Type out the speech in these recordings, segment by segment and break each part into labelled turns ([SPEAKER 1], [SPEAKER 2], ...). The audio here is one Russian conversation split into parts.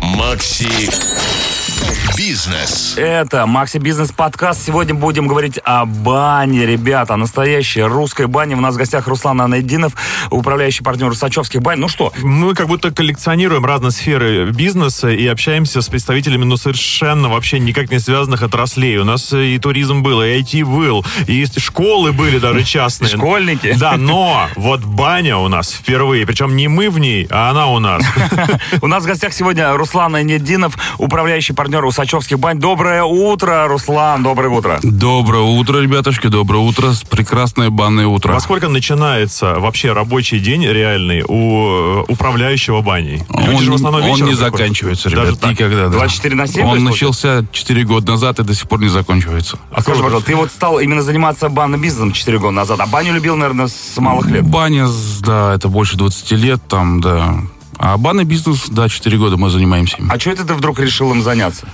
[SPEAKER 1] Макси Бизнес.
[SPEAKER 2] Это Макси Бизнес подкаст. Сегодня будем говорить о бане, ребята. О настоящей русской бане. У нас в гостях Руслан Анайдинов, управляющий партнер Русачевских бань. Ну что,
[SPEAKER 3] Мы как будто коллекционируем разные сферы бизнеса и общаемся с представителями, ну, совершенно вообще никак не связанных отраслей. У нас э, и туризм был, и IT был, и школы были даже частные.
[SPEAKER 2] школьники?
[SPEAKER 3] Да, но вот баня у нас впервые. Причем не мы в ней, а она у нас.
[SPEAKER 2] У нас в гостях сегодня Руслан Анединов, управляющий партнер Усачевских бань. Доброе утро, Руслан, доброе утро. А
[SPEAKER 4] Доброе утро, ребятушки, доброе утро, с- прекрасное банное утро.
[SPEAKER 3] Во сколько начинается вообще рабочий день реальный у э, управляющего баней? Люди
[SPEAKER 4] Он,
[SPEAKER 3] же в основном
[SPEAKER 4] он
[SPEAKER 3] вечером
[SPEAKER 4] не
[SPEAKER 3] приходят.
[SPEAKER 4] заканчивается,
[SPEAKER 3] Даже
[SPEAKER 4] ребят,
[SPEAKER 3] так?
[SPEAKER 4] никогда. да.
[SPEAKER 2] 24 на 7
[SPEAKER 4] Он
[SPEAKER 2] происходит?
[SPEAKER 4] начался 4 года назад и до сих пор не заканчивается.
[SPEAKER 2] А скажи, пожалуйста, ты вот стал именно заниматься банным бизнесом 4 года назад, а баню любил, наверное, с малых лет.
[SPEAKER 4] Баня, с- да, это больше 20 лет, там, да. А банный бизнес, да, 4 года мы занимаемся им.
[SPEAKER 2] А что это ты вдруг решил им заняться?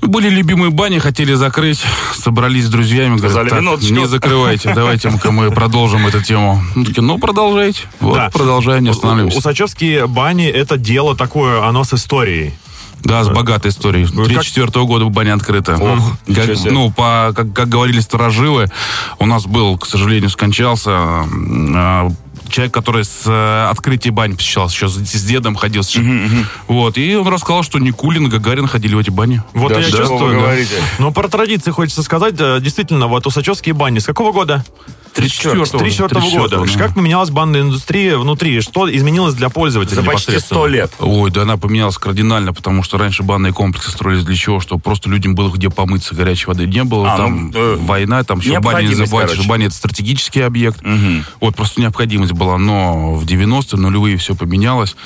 [SPEAKER 4] Были любимые бани, хотели закрыть, собрались с друзьями,
[SPEAKER 2] Сказали,
[SPEAKER 4] говорят, так,
[SPEAKER 2] минуточку.
[SPEAKER 4] не закрывайте, давайте-ка мы продолжим эту тему. Ну, такие, ну, продолжайте. Вот,
[SPEAKER 3] Да.
[SPEAKER 4] продолжаем, не останавливаемся.
[SPEAKER 3] Усачевские бани это дело такое, оно с историей.
[SPEAKER 4] Да, с богатой историей.
[SPEAKER 3] Ну, как-
[SPEAKER 4] 34 года баня открыта. Как-
[SPEAKER 2] ничего себе.
[SPEAKER 4] ну, по, как, как говорили старожилы, у нас был, к сожалению, скончался м, а, человек, который с э, открытия бань посещал, еще с, с дедом ходил. с- Вот, и он рассказал, что Никулин и Гагарин ходили в эти бани.
[SPEAKER 3] Вот
[SPEAKER 2] Да
[SPEAKER 3] я
[SPEAKER 2] что
[SPEAKER 3] чувствую.
[SPEAKER 2] вы
[SPEAKER 3] да.
[SPEAKER 2] говорите.
[SPEAKER 3] Но про традиции хочется сказать. э, Действительно, вот усачевские бани с какого года?
[SPEAKER 4] 34
[SPEAKER 3] С 34 года. Как
[SPEAKER 4] Как...
[SPEAKER 3] поменялась банная индустрия внутри? Что изменилось для пользователя
[SPEAKER 2] За почти
[SPEAKER 3] непосредственно?
[SPEAKER 2] 100 лет.
[SPEAKER 4] Ой, да она поменялась кардинально, потому что раньше банные комплексы строились для чего? Чтобы просто людям было где помыться, горячей воды не было,
[SPEAKER 2] А,
[SPEAKER 4] там
[SPEAKER 2] ну, э,
[SPEAKER 4] война, там еще баня не
[SPEAKER 2] необходимость,
[SPEAKER 4] забывайте,
[SPEAKER 2] короче.
[SPEAKER 4] что баня это стратегический объект. Вот просто необходимость была, но в 90-е нулевые все поменялось.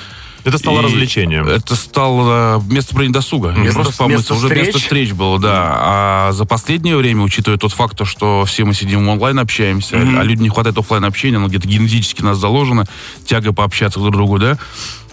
[SPEAKER 3] Это стало
[SPEAKER 4] И
[SPEAKER 3] развлечением.
[SPEAKER 4] Это стало э, место проведения досуга. Не
[SPEAKER 2] Место-
[SPEAKER 4] просто помыться,
[SPEAKER 2] место
[SPEAKER 4] уже
[SPEAKER 2] встреч.
[SPEAKER 4] место встреч было, да. А за последнее время, учитывая тот факт, то, что все мы сидим онлайн, общаемся, а людям не хватает оффлайн общения, оно где-то генетически у нас заложено, тяга пообщаться друг к другу, да.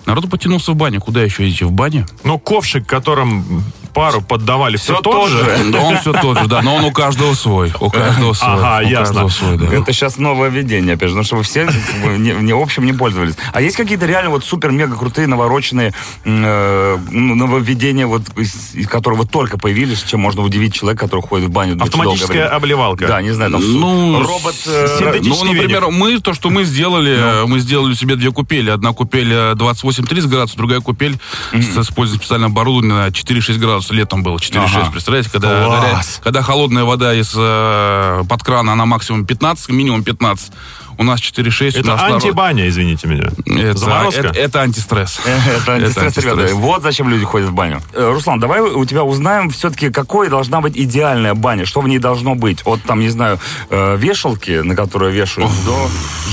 [SPEAKER 4] Народу потянулся в баню. Куда еще идти? В бане?
[SPEAKER 3] Но Ну, ковшик, которым пару поддавали, все,
[SPEAKER 2] Всё
[SPEAKER 3] тот
[SPEAKER 2] тот
[SPEAKER 3] же.
[SPEAKER 2] же.
[SPEAKER 4] Да, он все тот же, да, но он у каждого свой. У каждого свой.
[SPEAKER 3] Ага,
[SPEAKER 4] у
[SPEAKER 3] ясно.
[SPEAKER 4] каждого свой, да.
[SPEAKER 2] Это сейчас новое введение, опять же, ну, чтобы все как бы, не, не общим не пользовались. А есть какие-то реально вот супер-мега крутые, навороченные м, э, ну, нововведения, вот, из, из которых вот только появились, чем можно удивить человека, который ходит в баню очень долгое
[SPEAKER 3] Автоматическая
[SPEAKER 2] время?
[SPEAKER 3] обливалка.
[SPEAKER 2] Да, не знаю, там
[SPEAKER 4] Ну,
[SPEAKER 2] су- робот... э, Ну.
[SPEAKER 3] с- синтетический
[SPEAKER 4] Ну, например,
[SPEAKER 3] веник.
[SPEAKER 4] мы, то, что мы сделали, э, мы сделали себе две купели. Одна купель э, 28-30 градусов, другая купель с использованием специального оборудования на 4-6 градусов. Летом было 4-6,
[SPEAKER 2] Ага.
[SPEAKER 4] представляете? Когда,
[SPEAKER 3] Класс.
[SPEAKER 4] горя- когда холодная вода из э, под крана, она максимум 15, минимум 15. У нас 4-6. у
[SPEAKER 3] Это
[SPEAKER 4] нас народ-
[SPEAKER 3] антибаня, извините меня.
[SPEAKER 4] Это,
[SPEAKER 3] Заморозка.
[SPEAKER 4] это, это антистресс.
[SPEAKER 2] Это антистресс,
[SPEAKER 4] антистресс.
[SPEAKER 2] ребята. Вот зачем люди ходят в баню. Э, Руслан, давай у тебя узнаем все-таки, какой должна быть идеальная баня, что в ней должно быть. От там, не знаю, э, вешалки, на которую вешают, до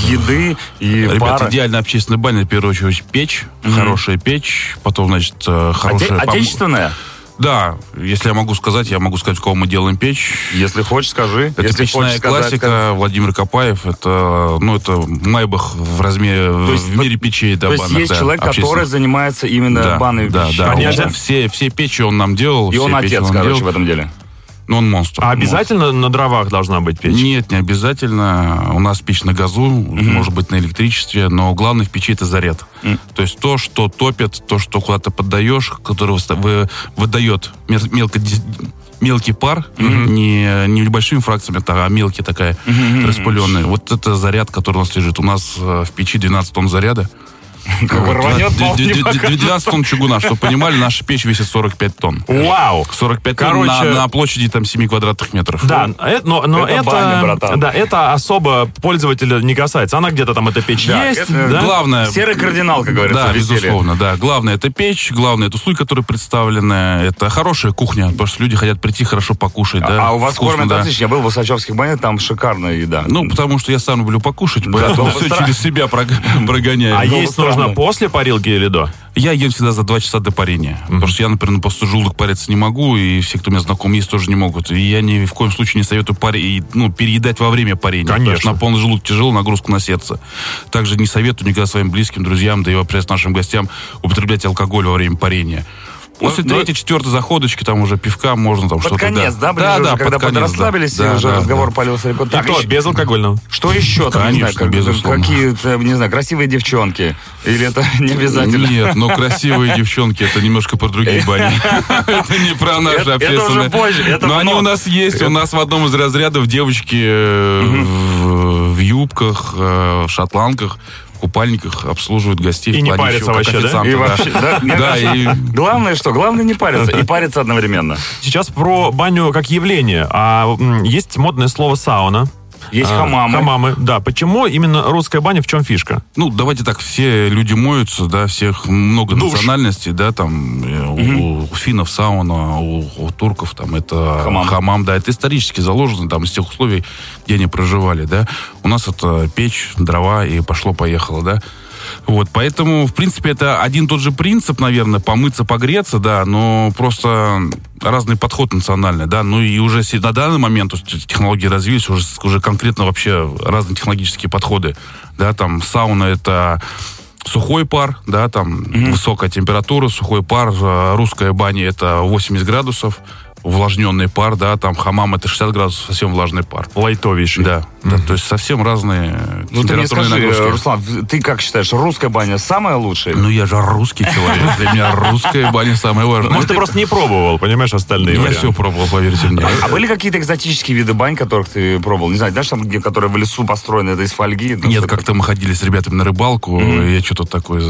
[SPEAKER 2] еды и
[SPEAKER 4] Ребят,
[SPEAKER 2] пара.
[SPEAKER 4] идеальная общественная баня, в первую очередь, печь, хорошая печь, потом, значит, э,
[SPEAKER 2] Оте-
[SPEAKER 4] хорошая... пом-
[SPEAKER 2] Отечественная?
[SPEAKER 4] Да, если я могу сказать, я могу сказать, в кого мы делаем печь.
[SPEAKER 2] Если хочешь, скажи.
[SPEAKER 4] Это
[SPEAKER 2] Если
[SPEAKER 4] печная
[SPEAKER 2] хочешь сказать,
[SPEAKER 4] классика,
[SPEAKER 2] скажи.
[SPEAKER 4] Владимир Копаев, это, ну, это Майбах в размере,
[SPEAKER 2] есть
[SPEAKER 4] в мире печей, да,
[SPEAKER 2] То есть
[SPEAKER 4] банных,
[SPEAKER 2] есть
[SPEAKER 4] да,
[SPEAKER 2] человек, который
[SPEAKER 4] общественных.
[SPEAKER 2] занимается именно
[SPEAKER 4] да,
[SPEAKER 2] банными
[SPEAKER 4] да,
[SPEAKER 2] вещами.
[SPEAKER 4] да, он-
[SPEAKER 3] Понятно.
[SPEAKER 4] все, все печи он нам делал.
[SPEAKER 2] И
[SPEAKER 4] все
[SPEAKER 2] он
[SPEAKER 4] печи
[SPEAKER 2] отец, короче,
[SPEAKER 4] делал.
[SPEAKER 2] в этом деле.
[SPEAKER 4] Но он монстр.
[SPEAKER 3] А обязательно на дровах должна быть печь?
[SPEAKER 4] Нет, не обязательно. У нас печь на газу, может быть, на электричестве, но главное в печи это заряд. То есть то, что топит, то, что куда-то поддаешь, которое выста- вы- выдает мер- мелко ди- мелкий пар, ну, не, не небольшими фракциями, та- а мелкий такая, распыленная. Вот это заряд, который у нас лежит. У нас э, в печи 12 тонн заряда. Вот.
[SPEAKER 2] рванет,
[SPEAKER 4] Д-
[SPEAKER 2] мол,
[SPEAKER 4] д-
[SPEAKER 2] не
[SPEAKER 4] д- д- 12 тонн чугуна, чтобы понимали, наша печь весит 45 тонн.
[SPEAKER 3] Вау!
[SPEAKER 4] 45
[SPEAKER 3] Короче,
[SPEAKER 4] тонн на, на площади там 7 квадратных метров.
[SPEAKER 3] Да, э, но, но
[SPEAKER 2] Ну, Это
[SPEAKER 3] это,
[SPEAKER 2] баня, братан.
[SPEAKER 3] да, это особо пользователя не касается. Она где-то там, эта печь
[SPEAKER 4] Да,
[SPEAKER 3] есть,
[SPEAKER 2] это-
[SPEAKER 3] да?
[SPEAKER 4] Главное,
[SPEAKER 2] э, Серый кардинал, как говорится,
[SPEAKER 4] Да,
[SPEAKER 2] в веселье.
[SPEAKER 4] безусловно, да. Главное это печь, главное это услуги, которые представлены. Это хорошая кухня, потому что люди хотят прийти хорошо покушать. да,
[SPEAKER 2] А у вас
[SPEAKER 4] вкусно,
[SPEAKER 2] кормят
[SPEAKER 4] да.
[SPEAKER 2] отлично. Я был в Усачевских банях, там шикарная еда.
[SPEAKER 4] Ну, потому что я сам люблю покушать, поэтому
[SPEAKER 2] долго
[SPEAKER 4] все
[SPEAKER 2] стра-
[SPEAKER 4] через себя прог- прогоняю.
[SPEAKER 3] А
[SPEAKER 2] Было
[SPEAKER 3] есть
[SPEAKER 2] странно.
[SPEAKER 3] нужно после парилки или до?
[SPEAKER 4] Я ем всегда за два часа до парения. Потому что я, например, просто желудок париться не могу, и все, кто меня знаком, есть, тоже не могут. И я ни в коем случае не советую пари- и, ну, переедать во время парения. потому
[SPEAKER 3] Конечно.
[SPEAKER 4] что на полный желудок тяжело, нагрузку на сердце. Также не советую никогда своим близким, друзьям, да и вообще нашим гостям употреблять алкоголь во время парения. После
[SPEAKER 2] но-
[SPEAKER 4] третьей, четвертой заходочки там уже пивка можно там
[SPEAKER 2] Ну, Под
[SPEAKER 4] что-то.
[SPEAKER 2] конец, да, блин,
[SPEAKER 4] да,
[SPEAKER 2] уже
[SPEAKER 4] да,
[SPEAKER 2] когда
[SPEAKER 4] под конец, да.
[SPEAKER 2] подрасслабились, и
[SPEAKER 4] Да,
[SPEAKER 2] уже
[SPEAKER 4] да,
[SPEAKER 2] разговор
[SPEAKER 4] да.
[SPEAKER 2] полился далеко.
[SPEAKER 3] И
[SPEAKER 2] Так,
[SPEAKER 3] то,
[SPEAKER 2] еще-
[SPEAKER 3] без алкогольного.
[SPEAKER 2] Что еще там, не знаю,
[SPEAKER 4] Конечно,
[SPEAKER 2] как-
[SPEAKER 4] безусловно.
[SPEAKER 2] какие-то, не знаю, красивые девчонки? Или это не обязательно?
[SPEAKER 4] Нет, но красивые девчонки, это немножко про другие бани. Это не про
[SPEAKER 2] Это-
[SPEAKER 4] наши
[SPEAKER 2] это
[SPEAKER 4] общественные.
[SPEAKER 2] уже позже, это
[SPEAKER 4] Но они
[SPEAKER 2] вновь.
[SPEAKER 4] у нас есть. У нас в одном из разрядов девочки э, в в юбках, э, в шотландках, в купальниках обслуживают гостей.
[SPEAKER 3] И
[SPEAKER 4] в
[SPEAKER 3] не
[SPEAKER 4] плане
[SPEAKER 3] парятся
[SPEAKER 4] еще, как
[SPEAKER 3] вообще, да?
[SPEAKER 4] официанты,
[SPEAKER 2] И вообще, да, мне
[SPEAKER 4] Да, и
[SPEAKER 2] кажется, Главное что? Главное не париться. И париться одновременно.
[SPEAKER 3] Сейчас про баню как явление. А м, есть модное слово сауна.
[SPEAKER 2] Есть
[SPEAKER 3] А,
[SPEAKER 2] хамамы.
[SPEAKER 3] Хамамы, да. Почему именно русская баня, в чем фишка?
[SPEAKER 4] Ну, давайте так, все люди моются, да, всех много
[SPEAKER 2] Душ.
[SPEAKER 4] национальностей, да, там э, у, у финнов сауна, у, у турков там это
[SPEAKER 2] Хамам.
[SPEAKER 4] хамам. да, это исторически заложено там из тех условий, где они проживали, да. У нас это печь, дрова и пошло-поехало, да. Вот, поэтому, в принципе, это один и тот же принцип, наверное, помыться, погреться, да, но просто разный подход национальный, да, ну и уже се- на данный момент то есть, технологии развились, уже, с- уже конкретно вообще разные технологические подходы, да, там сауна это сухой пар, да, там высокая температура, сухой пар, э, русская баня это 80 градусов, увлажненный пар, да, там хамам это 60 градусов, совсем влажный пар.
[SPEAKER 3] Лайтовейший.
[SPEAKER 4] Да, да, то есть совсем разные э,
[SPEAKER 2] Ну ты мне
[SPEAKER 4] температурные
[SPEAKER 2] скажи,
[SPEAKER 4] нагрузки.
[SPEAKER 2] Руслан, ты как считаешь, русская баня самая лучшая?
[SPEAKER 4] Ну я же русский человек, для меня русская баня самая важная.
[SPEAKER 2] Ну,
[SPEAKER 3] Может, ты просто не пробовал, понимаешь, остальные
[SPEAKER 4] я
[SPEAKER 3] варианты.
[SPEAKER 4] все пробовал, поверьте мне.
[SPEAKER 2] А были какие-то экзотические виды бань, которых ты пробовал? Не знаю, знаешь, там, где, которые в лесу построены, это из фольги? там
[SPEAKER 4] Нет,
[SPEAKER 2] что-то?
[SPEAKER 4] как-то мы ходили с ребятами на рыбалку, и я что-то такой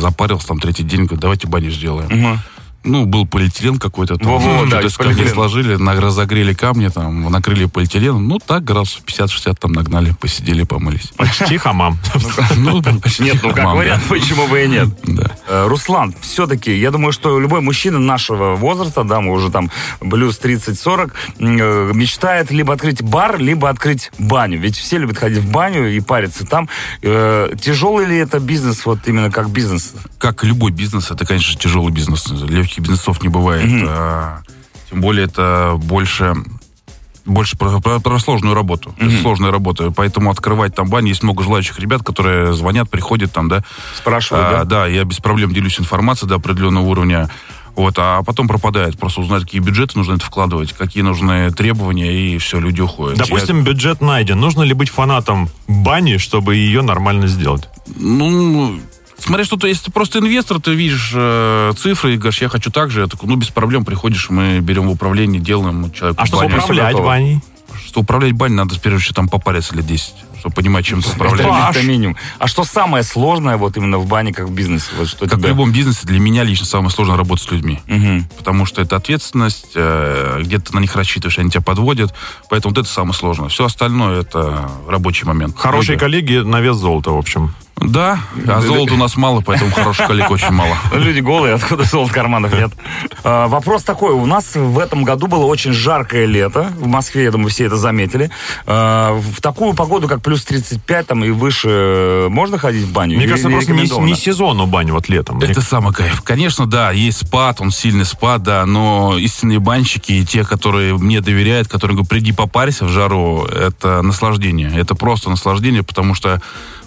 [SPEAKER 4] запарился, там третий день, говорю, давайте баню сделаем.
[SPEAKER 2] Мгм.
[SPEAKER 4] Ну, был полиэтилен какой-то. там, ну,
[SPEAKER 2] Во-во,
[SPEAKER 4] что-то
[SPEAKER 2] да,
[SPEAKER 4] из
[SPEAKER 2] из
[SPEAKER 4] камней
[SPEAKER 2] полиэтилена.
[SPEAKER 4] сложили, на- разогрели камни, там, накрыли полиэтиленом. Ну, так, градусов 50-60 там нагнали, посидели, помылись.
[SPEAKER 3] Почти хамам.
[SPEAKER 4] Ну, почти
[SPEAKER 2] Нет, ну как
[SPEAKER 4] хамам, да.
[SPEAKER 2] вариант, почему бы и нет.
[SPEAKER 4] Да.
[SPEAKER 2] Э, Руслан, все-таки, я думаю, что любой мужчина нашего возраста, да, мы уже там плюс 30-40, м, э, мечтает либо открыть бар, либо открыть баню. Ведь все любят ходить в баню и париться там. Э, Тяжелый ли это бизнес, вот именно как бизнес?
[SPEAKER 4] как и любой бизнес, это, конечно, тяжелый бизнес. Легких бизнесов не бывает. А, тем более это больше больше про, про- про сложную работу. Это сложная работа. Поэтому открывать там бани. Есть много желающих ребят, которые звонят, приходят там, да.
[SPEAKER 2] Спрашиваю, да?
[SPEAKER 4] А, да, я без проблем делюсь информацией до определенного уровня. Вот, а потом пропадает. Просто узнать, какие бюджеты нужно это вкладывать, какие нужны требования, и все, люди уходят.
[SPEAKER 3] Допустим, бюджет найден. Нужно ли быть фанатом бани, чтобы ее нормально сделать?
[SPEAKER 4] Ну, смотри, что то если ты просто инвестор, ты видишь э, цифры и говоришь, я хочу так же. Я такой, ну, без проблем приходишь, мы берем в управление, делаем ну, человеку
[SPEAKER 3] А чтобы
[SPEAKER 4] баню.
[SPEAKER 3] управлять
[SPEAKER 2] готово.
[SPEAKER 3] баней?
[SPEAKER 4] Чтобы управлять баней, надо прежде всего там попариться лет 10, чтобы понимать, чем ты управляешь.
[SPEAKER 3] Да.
[SPEAKER 2] Это минимум. А что самое сложное вот именно в бане, как в бизнесе? Вот что
[SPEAKER 4] Как в
[SPEAKER 2] тебя-
[SPEAKER 4] любом бизнесе, для меня лично самое сложное работать с людьми.
[SPEAKER 2] Мгм.
[SPEAKER 4] Потому что это ответственность, э, где-то ты на них рассчитываешь, они тебя подводят. Поэтому вот это самое сложное. Все остальное это рабочий момент.
[SPEAKER 3] Хорошие
[SPEAKER 4] Люди.
[SPEAKER 3] коллеги на вес золота, в общем.
[SPEAKER 4] Да, а золота у нас мало, поэтому хороших коллег очень мало.
[SPEAKER 2] Ну, Люди голые, откуда золот в карманах нет. А, Вопрос такой. У нас в этом году было очень жаркое лето. В Москве, я думаю, все это заметили. А, В такую погоду, как плюс 35 там, и выше, э, можно ходить в баню?
[SPEAKER 3] Мне
[SPEAKER 2] Или
[SPEAKER 3] кажется,
[SPEAKER 2] не
[SPEAKER 3] просто не,
[SPEAKER 2] рекомендовано?
[SPEAKER 3] не сезону баню вот летом.
[SPEAKER 4] Это самый кайф. Конечно, да, есть спад, он сильный спад, да, но истинные банщики и те, которые мне доверяют, которые говорят, приди попарься в жару, это наслаждение. Это просто наслаждение, потому что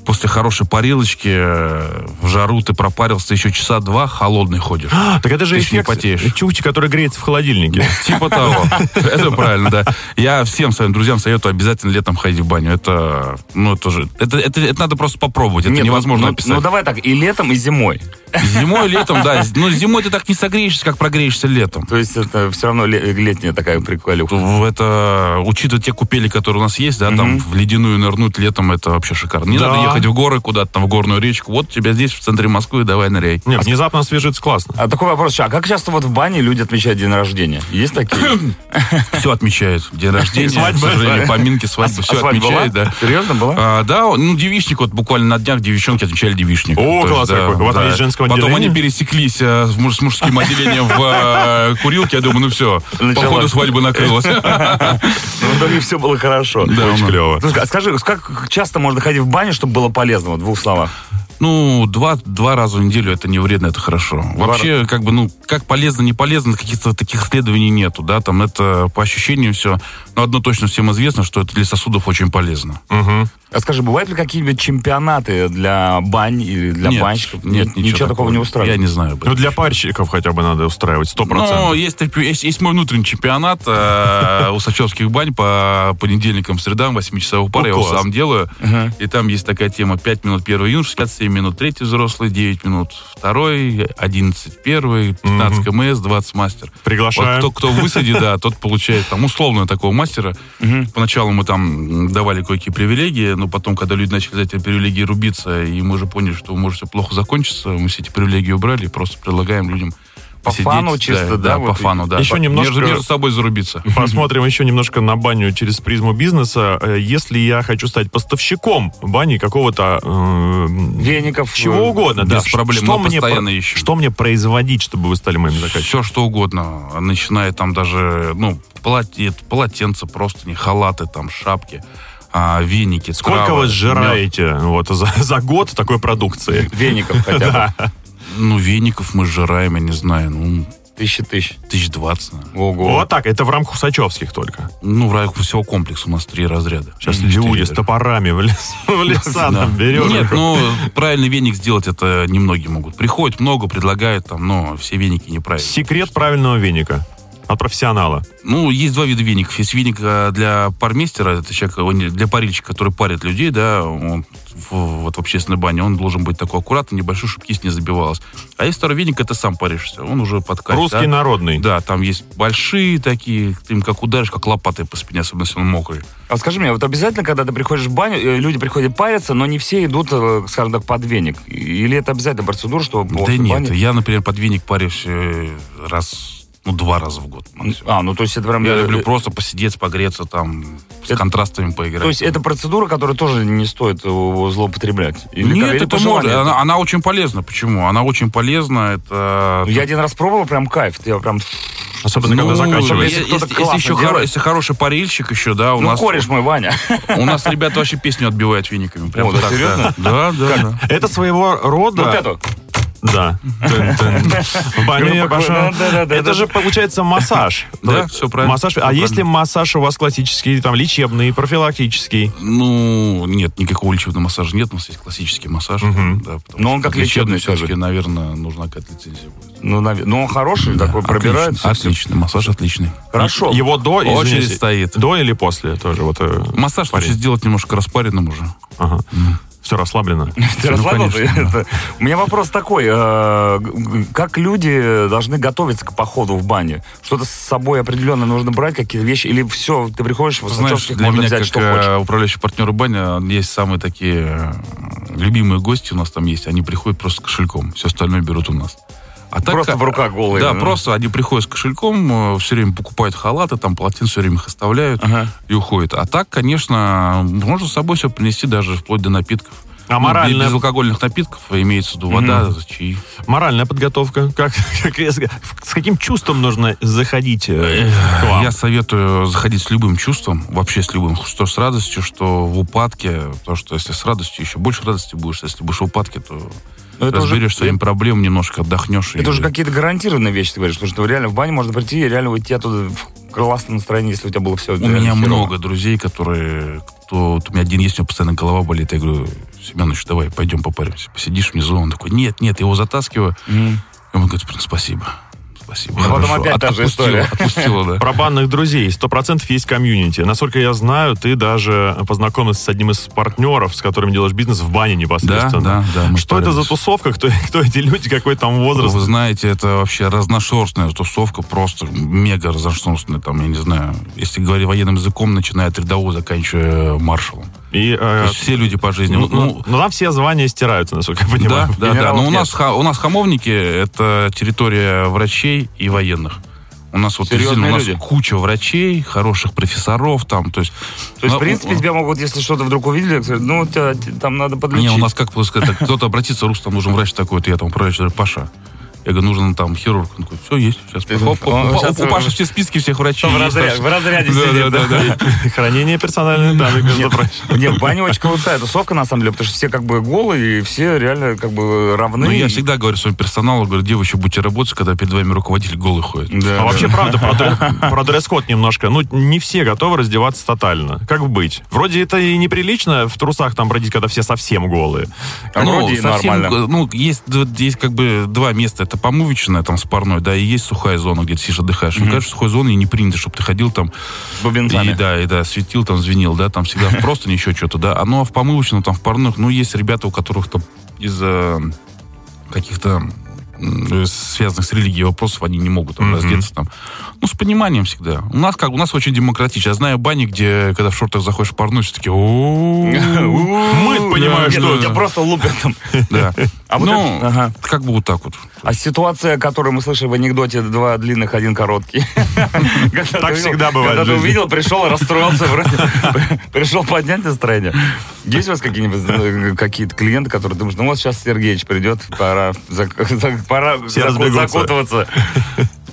[SPEAKER 4] после хорошей парилочки э, в жару ты пропарился еще часа два, холодный ходишь.
[SPEAKER 3] А, так это же
[SPEAKER 4] Ты ж не
[SPEAKER 3] эффект
[SPEAKER 4] потеешь.
[SPEAKER 3] чухчи, который греется в холодильнике.
[SPEAKER 4] Типа того. Это правильно, да. Я всем своим друзьям советую обязательно летом ходить в баню. Это, ну, это же, это, это, это надо просто попробовать. Это
[SPEAKER 2] Нет, ну,
[SPEAKER 4] невозможно
[SPEAKER 2] ну,
[SPEAKER 4] описать.
[SPEAKER 2] Ну, давай так, и летом, и зимой.
[SPEAKER 4] Зимой, летом, да. Но зимой ты так не согреешься, как прогреешься летом.
[SPEAKER 2] То есть это все равно ле- летняя такая приколюха.
[SPEAKER 4] В это, учитывая те купели, которые у нас есть, да, там в ледяную нырнуть летом, это вообще шикарно. Не
[SPEAKER 3] Да.
[SPEAKER 4] надо ехать в горы куда-то, там, в горную речку. Вот тебя здесь, в центре Москвы, давай ныряй.
[SPEAKER 3] Нет, внезапно освежится классно.
[SPEAKER 2] А такой вопрос, а как часто вот в бане люди отмечают день рождения? Есть такие?
[SPEAKER 4] Все отмечают. День рождения,
[SPEAKER 3] Свадьба.
[SPEAKER 4] к сожалению, поминки, свадьбы,
[SPEAKER 2] А
[SPEAKER 4] все
[SPEAKER 2] свадьба была?
[SPEAKER 4] отмечают, да.
[SPEAKER 2] Серьезно была?
[SPEAKER 4] А, да, он- ну, девичник, вот буквально на днях девчонки отмечали девичник.
[SPEAKER 3] О, класс какой. Вот они из женского
[SPEAKER 4] Потом
[SPEAKER 3] отделения.
[SPEAKER 4] они пересеклись э, в муж- с мужским отделением в э, курилке. Я думаю, ну все,
[SPEAKER 2] Началась.
[SPEAKER 4] походу свадьба накрылась.
[SPEAKER 2] Ну, в итоге все было хорошо.
[SPEAKER 4] Да,
[SPEAKER 3] Очень
[SPEAKER 4] ну.
[SPEAKER 3] клево.
[SPEAKER 2] Слушай, а скажи, как часто можно ходить в баню, чтобы было полезно, вот в двух словах?
[SPEAKER 4] Ну, два, два раза в неделю это не вредно, это хорошо. Вообще, как бы, ну, как полезно, не полезно, каких-то таких исследований нету, да, там это по ощущениям все. Но одно точно всем известно, что это для сосудов очень полезно.
[SPEAKER 3] Мгм.
[SPEAKER 2] А скажи, бывают ли какие-нибудь чемпионаты для бань или для
[SPEAKER 4] нет,
[SPEAKER 2] банщиков?
[SPEAKER 4] нет,
[SPEAKER 2] ничего, такого не устраивает.
[SPEAKER 4] Я не знаю. об этом.
[SPEAKER 3] Ну, для парщиков хотя бы надо устраивать, сто
[SPEAKER 4] Ну,
[SPEAKER 3] процентов.
[SPEAKER 4] есть, такой- есть, есть мой внутренний чемпионат э, усачевских бань по понедельникам, средам, 8-часовых пар.
[SPEAKER 3] Ну,
[SPEAKER 4] я его
[SPEAKER 3] класс.
[SPEAKER 4] сам делаю. И там есть такая тема 5 минут первый юнош, 57 минут третий взрослый, 9 минут второй, 11 первый, 15 КМС, 20 мастер.
[SPEAKER 3] Приглашаем.
[SPEAKER 4] Вот кто, кто высадит, да, тот получает там условно такого мастера. Поначалу мы там м, давали кое-какие привилегии, но потом, когда люди начали за эти привилегии рубиться, и мы уже поняли, что может все плохо закончится, мы все эти привилегии убрали и просто предлагаем людям
[SPEAKER 2] По
[SPEAKER 4] посидеть,
[SPEAKER 2] фану чисто, да,
[SPEAKER 4] по
[SPEAKER 2] вот и-
[SPEAKER 4] фану, да.
[SPEAKER 3] Еще
[SPEAKER 4] По-
[SPEAKER 3] немножко-
[SPEAKER 4] между, между собой зарубиться.
[SPEAKER 3] Посмотрим еще немножко на баню через призму бизнеса. Э, Если я хочу стать поставщиком бани какого-то... эм,
[SPEAKER 2] Веников. э,
[SPEAKER 3] Чего угодно, да.
[SPEAKER 4] без проблем, мы
[SPEAKER 3] мне
[SPEAKER 4] постоянно
[SPEAKER 3] про-
[SPEAKER 4] ищем.
[SPEAKER 3] Что мне производить, чтобы вы стали моим заказчиком?
[SPEAKER 4] Все что угодно, начиная там даже, ну, платье, полотенца просто, не халаты, там, шапки, а, веники,
[SPEAKER 3] Сколько
[SPEAKER 4] травы,
[SPEAKER 3] вы
[SPEAKER 4] мел.
[SPEAKER 3] сжираете вот, за, за год такой продукции?
[SPEAKER 2] Веников хотя бы.
[SPEAKER 4] Ну, веников мы сжираем, я не знаю, ну,
[SPEAKER 2] Тысячи тысяч.
[SPEAKER 4] тысяч двадцать, наверное.
[SPEAKER 2] Ого.
[SPEAKER 3] Вот так, это в рамках Усачевских только.
[SPEAKER 4] Ну, в рамках всего комплекса у нас три разряда.
[SPEAKER 3] Сейчас
[SPEAKER 4] Или
[SPEAKER 3] люди
[SPEAKER 4] четыре
[SPEAKER 3] с топорами в, лес, в леса
[SPEAKER 4] даже. Да.
[SPEAKER 3] там берешь.
[SPEAKER 4] Нет, ну, правильный веник сделать это немногие могут. Приходят много, предлагают там, но все веники неправильные.
[SPEAKER 3] Секрет правильного веника от профессионала.
[SPEAKER 4] Ну, есть два вида веников. Есть веник э, для пармейстера, это человек, э, он не- для парильщика, который парит людей, да, он в, вот в общественной бане, он должен быть такой аккуратный, небольшой, чтобы кисть не забивалась. А есть второй веник, это сам паришься, он уже под кайф,
[SPEAKER 3] Русский
[SPEAKER 4] да.
[SPEAKER 3] народный.
[SPEAKER 4] Да, там есть большие такие, ты им как ударишь, как лопатой по спине, особенно если он мокрый.
[SPEAKER 2] А скажи мне, вот обязательно, когда ты приходишь в баню, э, люди приходят париться, но не все идут, э, скажем так, под веник. Или это обязательно процедура, что
[SPEAKER 4] да
[SPEAKER 2] после
[SPEAKER 4] нет,
[SPEAKER 2] бани-
[SPEAKER 4] я, например, под веник парюсь э, раз, ну, два раза в год. максимум.
[SPEAKER 2] А, ну то есть это прям...
[SPEAKER 4] Я
[SPEAKER 2] э,
[SPEAKER 4] люблю просто посидеть, погреться там, с
[SPEAKER 2] Это-
[SPEAKER 4] контрастами поиграть.
[SPEAKER 2] То есть это процедура, которую тоже не стоит э, злоупотреблять? Или как-
[SPEAKER 4] Нет,
[SPEAKER 2] или по
[SPEAKER 4] это можно.
[SPEAKER 2] желанию?
[SPEAKER 4] Она, она очень полезна. Почему? Она очень полезна. Это...
[SPEAKER 2] Ну, Я один раз пробовал, прям кайф. Я прям...
[SPEAKER 3] Особенно, когда
[SPEAKER 4] Ну,
[SPEAKER 3] заканчиваешь.
[SPEAKER 4] е-
[SPEAKER 2] Если
[SPEAKER 4] Если,
[SPEAKER 2] кто-то
[SPEAKER 4] если
[SPEAKER 2] классно
[SPEAKER 4] еще
[SPEAKER 2] делает.
[SPEAKER 4] хоро- если хороший парильщик еще, да, у
[SPEAKER 2] ну,
[SPEAKER 4] нас...
[SPEAKER 2] кореш мой, Ваня.
[SPEAKER 4] У нас ребята вообще песню отбивают вениками. Прям
[SPEAKER 2] О, да
[SPEAKER 4] так,
[SPEAKER 2] серьезно?
[SPEAKER 4] Да, да, да.
[SPEAKER 3] Это своего рода...
[SPEAKER 4] Ну,
[SPEAKER 2] Вот это.
[SPEAKER 3] Да. В баню я
[SPEAKER 2] Группа
[SPEAKER 3] пошел.
[SPEAKER 2] «Квин», да-да-да-да.
[SPEAKER 3] Это же получается массаж.
[SPEAKER 4] Да,
[SPEAKER 3] Так,
[SPEAKER 4] всё правильно.
[SPEAKER 3] Массаж.
[SPEAKER 4] Всё
[SPEAKER 3] А если
[SPEAKER 4] правильно.
[SPEAKER 3] массаж у вас классический, там, лечебный, профилактический?
[SPEAKER 4] Ну, нет, никакого лечебного массажа нет. У нас есть классический массаж. да, потому
[SPEAKER 2] Но он
[SPEAKER 4] что
[SPEAKER 2] как лечебный
[SPEAKER 4] все-таки,
[SPEAKER 2] тоже.
[SPEAKER 4] наверное, нужна какая-то лицензия будет.
[SPEAKER 2] Ну, наве- ну, он хороший такой,
[SPEAKER 4] Отлично, А,
[SPEAKER 2] пробирается.
[SPEAKER 4] Отлично, массаж отличный.
[SPEAKER 2] Хорошо.
[SPEAKER 3] Его до...
[SPEAKER 4] Очередь
[SPEAKER 3] извините,
[SPEAKER 4] стоит.
[SPEAKER 3] До или после тоже? Вот, э,
[SPEAKER 4] Массаж лучше сделать немножко распаренным уже.
[SPEAKER 3] Все расслаблено.
[SPEAKER 2] Ты
[SPEAKER 4] Ну,
[SPEAKER 2] расслабился?
[SPEAKER 4] конечно,
[SPEAKER 2] Это- У меня вопрос такой. э, г- Как люди должны готовиться к походу в бане? Что-то с собой определенно нужно брать, какие-то вещи? Или все, ты приходишь, в
[SPEAKER 4] Знаешь,
[SPEAKER 2] Сачевских
[SPEAKER 4] для
[SPEAKER 2] можно
[SPEAKER 4] меня,
[SPEAKER 2] взять,
[SPEAKER 4] как
[SPEAKER 2] что
[SPEAKER 4] э,
[SPEAKER 2] хочешь?
[SPEAKER 4] управляющий партнер Баня, есть самые такие э, любимые гости у нас там есть. Они приходят просто с кошельком. Все остальное берут у нас. А так
[SPEAKER 2] Просто
[SPEAKER 4] как-
[SPEAKER 2] в руках голые.
[SPEAKER 4] Да,
[SPEAKER 2] ну.
[SPEAKER 4] просто они приходят с кошельком, все время покупают халаты, там полотенце все время их оставляют
[SPEAKER 2] Ага.
[SPEAKER 4] и уходят. А так, конечно, можно с собой все принести, даже вплоть до напитков.
[SPEAKER 3] А
[SPEAKER 4] Ну,
[SPEAKER 3] морально?
[SPEAKER 4] Без алкогольных напитков имеется в виду вода, чаи.
[SPEAKER 3] Моральная подготовка. Как, как- с каким чувством нужно заходить э, к вам?
[SPEAKER 4] Я советую заходить с любым чувством, вообще с любым, что с радостью, что в упадке, потому что если с радостью, еще больше радости будешь, если будешь в упадке, то
[SPEAKER 2] Но Ну, это уже-
[SPEAKER 4] разберешь своим проблем, немножко отдохнешь. и-
[SPEAKER 2] Это уже какие-то гарантированные вещи, ты говоришь, потому что реально в баню можно прийти и реально уйти оттуда в классном настроении, если у тебя было все.
[SPEAKER 4] У меня много друзей, которые... Кто, вот у меня один есть, у него постоянно голова болит. Я говорю, Семенович, давай, пойдем попаримся. Посидишь внизу. Он такой, нет, нет, я его затаскиваю. И он говорит, «Блин, спасибо. Спасибо.
[SPEAKER 2] А потом
[SPEAKER 4] хорошо».
[SPEAKER 2] опять та же
[SPEAKER 4] отпустила,
[SPEAKER 2] история.
[SPEAKER 4] Отпустила, да.
[SPEAKER 3] Про банных друзей. Сто процентов есть комьюнити. Насколько я знаю, ты даже познакомился с одним из партнеров, с которым делаешь бизнес в бане непосредственно.
[SPEAKER 4] Да, да, да, мы
[SPEAKER 3] Что это за
[SPEAKER 4] парились.
[SPEAKER 3] тусовка? Кто, кто эти люди? Какой там возраст?
[SPEAKER 4] Вы знаете, это вообще разношерстная тусовка, просто мега разношерстная, там, я не знаю, если говорить военным языком, начиная от рядового, заканчивая маршалом.
[SPEAKER 3] И,
[SPEAKER 4] То
[SPEAKER 3] э,
[SPEAKER 4] есть все люди по жизни.
[SPEAKER 3] ну,
[SPEAKER 4] Вот, ну,
[SPEAKER 3] ну, ну, там все звания стираются, насколько я
[SPEAKER 4] да,
[SPEAKER 3] понимаю.
[SPEAKER 4] да, да.
[SPEAKER 2] генералов
[SPEAKER 4] Но у
[SPEAKER 2] нет.
[SPEAKER 4] нас, ха- у нас хамовники — это территория врачей и военных. У нас вот
[SPEAKER 2] Серьезные
[SPEAKER 4] действительно, у нас
[SPEAKER 2] люди.
[SPEAKER 4] куча врачей, хороших профессоров там, то есть...
[SPEAKER 2] То есть,
[SPEAKER 4] Ну,
[SPEAKER 2] в принципе,
[SPEAKER 4] у-
[SPEAKER 2] тебя могут, если что-то вдруг увидели, сказать, ну, тебя т- там надо
[SPEAKER 4] Не,
[SPEAKER 2] подлечить.
[SPEAKER 4] у нас как бы сказать, так, кто-то обратится, Рус, там нужен врач такой, вот я там управляющий, говорю, Паша, Я говорю, нужен там хирург. Он такой, все, есть. Сейчас.
[SPEAKER 2] Ты-
[SPEAKER 4] Хоп, хоп,
[SPEAKER 2] он
[SPEAKER 4] у, Па-
[SPEAKER 2] сейчас-
[SPEAKER 4] у Паши все списки всех врачей.
[SPEAKER 2] Ну, В
[SPEAKER 4] есть,
[SPEAKER 2] разря-
[SPEAKER 4] так
[SPEAKER 2] в
[SPEAKER 4] что-
[SPEAKER 2] разряде
[SPEAKER 4] Да,
[SPEAKER 2] сидит,
[SPEAKER 4] да, да, да.
[SPEAKER 3] Хранение персональных данных, между прочим.
[SPEAKER 2] Не, в бане очень крутая тусовка, на самом деле, потому что все как бы голые, и все реально как бы равны.
[SPEAKER 4] Ну, я всегда говорю своему персоналу, говорю, где вы еще будете работать, когда перед вами руководитель голый ходит?
[SPEAKER 2] Да,
[SPEAKER 3] А
[SPEAKER 2] да.
[SPEAKER 3] вообще, правда, про, дре- про дресс-код немножко. Ну, не все готовы раздеваться тотально. Как быть? Вроде это и неприлично в трусах там бродить, когда все совсем голые.
[SPEAKER 2] А вроде и
[SPEAKER 4] Ну, совсем,
[SPEAKER 2] нормально.
[SPEAKER 4] э, Ну, есть, д- есть как бы два места. Это помывочная, там, спарной, да, и есть сухая зона, где ты сидишь, отдыхаешь. Ну, конечно, в сухой зоне не принято, чтобы ты ходил там
[SPEAKER 2] С бубенцами.
[SPEAKER 4] И, да, и да, светил, там звенел, да, там всегда просто еще что-то, да. А ну а в помывочном, там в парных, ну, есть ребята, у которых там из э, каких-то м, э, связанных с религией вопросов они не могут там,
[SPEAKER 3] Мгм.
[SPEAKER 4] раздеться там. Ну, с пониманием всегда. У нас как, у нас очень демократично. Я знаю бани, где, когда в шортах заходишь в парную, все таки
[SPEAKER 2] Мы
[SPEAKER 4] Мы-то понимаем, что
[SPEAKER 2] ну, Тебя
[SPEAKER 4] это.
[SPEAKER 2] просто лупят там.
[SPEAKER 4] Да.
[SPEAKER 2] А вот
[SPEAKER 4] Ну,
[SPEAKER 2] это- ага.
[SPEAKER 4] как бы вот так вот.
[SPEAKER 2] А ситуация, которую мы слышали в анекдоте, два длинных, один короткий. Когда
[SPEAKER 3] Так
[SPEAKER 2] ты увидел-
[SPEAKER 3] всегда бывает в
[SPEAKER 2] Когда ты
[SPEAKER 3] жизни.
[SPEAKER 2] увидел, пришел, расстроился, вроде, пришел поднять настроение. Есть у вас какие-нибудь э, какие-то клиенты, которые думают, ну вот сейчас Сергеевич придет, пора зак- зак- пора заку-
[SPEAKER 3] разбегутся.
[SPEAKER 2] закутываться.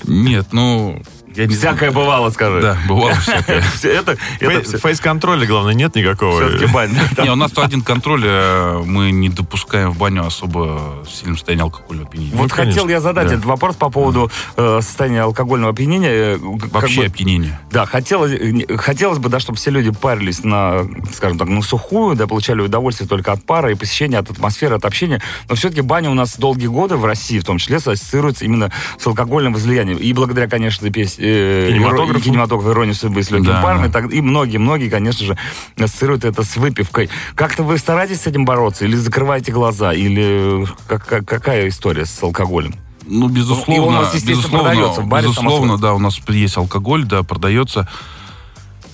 [SPEAKER 4] Нет, ну... Я не знаю.
[SPEAKER 2] Всякое бывало, скажи.
[SPEAKER 4] Да, бывало всякое.
[SPEAKER 2] Все Это, это
[SPEAKER 3] Фей-
[SPEAKER 2] все,
[SPEAKER 3] Фейс-контроля, главное, нет никакого.
[SPEAKER 2] все-таки бань.
[SPEAKER 4] Не, у нас то один контроль, э, мы не допускаем в баню особо в сильном состоянии алкогольного опьянения.
[SPEAKER 2] Вот хотел
[SPEAKER 3] ну, конечно.
[SPEAKER 2] я задать
[SPEAKER 4] Да.
[SPEAKER 2] этот вопрос по поводу э, состояния алкогольного опьянения. Э, как
[SPEAKER 4] Вообще
[SPEAKER 2] бы-
[SPEAKER 4] опьянение.
[SPEAKER 2] Да, хотелось, э, не- хотелось бы, да, чтобы все люди парились на, скажем так, на сухую, да, получали удовольствие только от пара и посещения, от атмосферы, от общения. Но все-таки баня у нас долгие годы в России, в том числе, ассоциируется именно с алкогольным возлиянием. И благодаря, конечно, песне э,
[SPEAKER 3] Кинематографу.
[SPEAKER 2] Иро- кинематографу «Иронию судьбы» с легким
[SPEAKER 4] Да,
[SPEAKER 2] паром,
[SPEAKER 4] да.
[SPEAKER 2] и так- и многие-многие, конечно же, ассоциируют это с выпивкой. Как-то вы стараетесь с этим бороться? Или закрываете глаза? Или э, как- как- какая история с алкоголем?
[SPEAKER 4] Ну, безусловно.
[SPEAKER 2] И он у нас, естественно,
[SPEAKER 4] безусловно,
[SPEAKER 2] продается в баре, само
[SPEAKER 4] Безусловно,
[SPEAKER 2] собой.
[SPEAKER 4] да, у нас есть алкоголь, да, продается.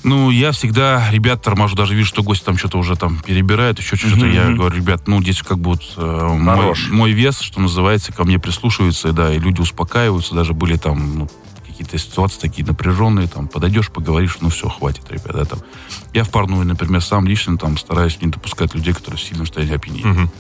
[SPEAKER 4] Ну, я всегда ребят торможу, даже вижу, что гости там что-то уже там перебирают, еще что-то.
[SPEAKER 2] Мгм,
[SPEAKER 4] Я
[SPEAKER 2] мгм.
[SPEAKER 4] говорю, ребят, ну, здесь как бы вот, э, мой,
[SPEAKER 2] Хорош.
[SPEAKER 4] мой вес, что называется, ко мне прислушиваются, да, и люди успокаиваются. Даже были там ну, какие-то ситуации такие напряженные, там, подойдешь, поговоришь, ну, все, хватит, ребят, да, там. Я в парную, например, сам лично там стараюсь не допускать людей, которые в сильном состоянии опьянения.
[SPEAKER 3] Мгм.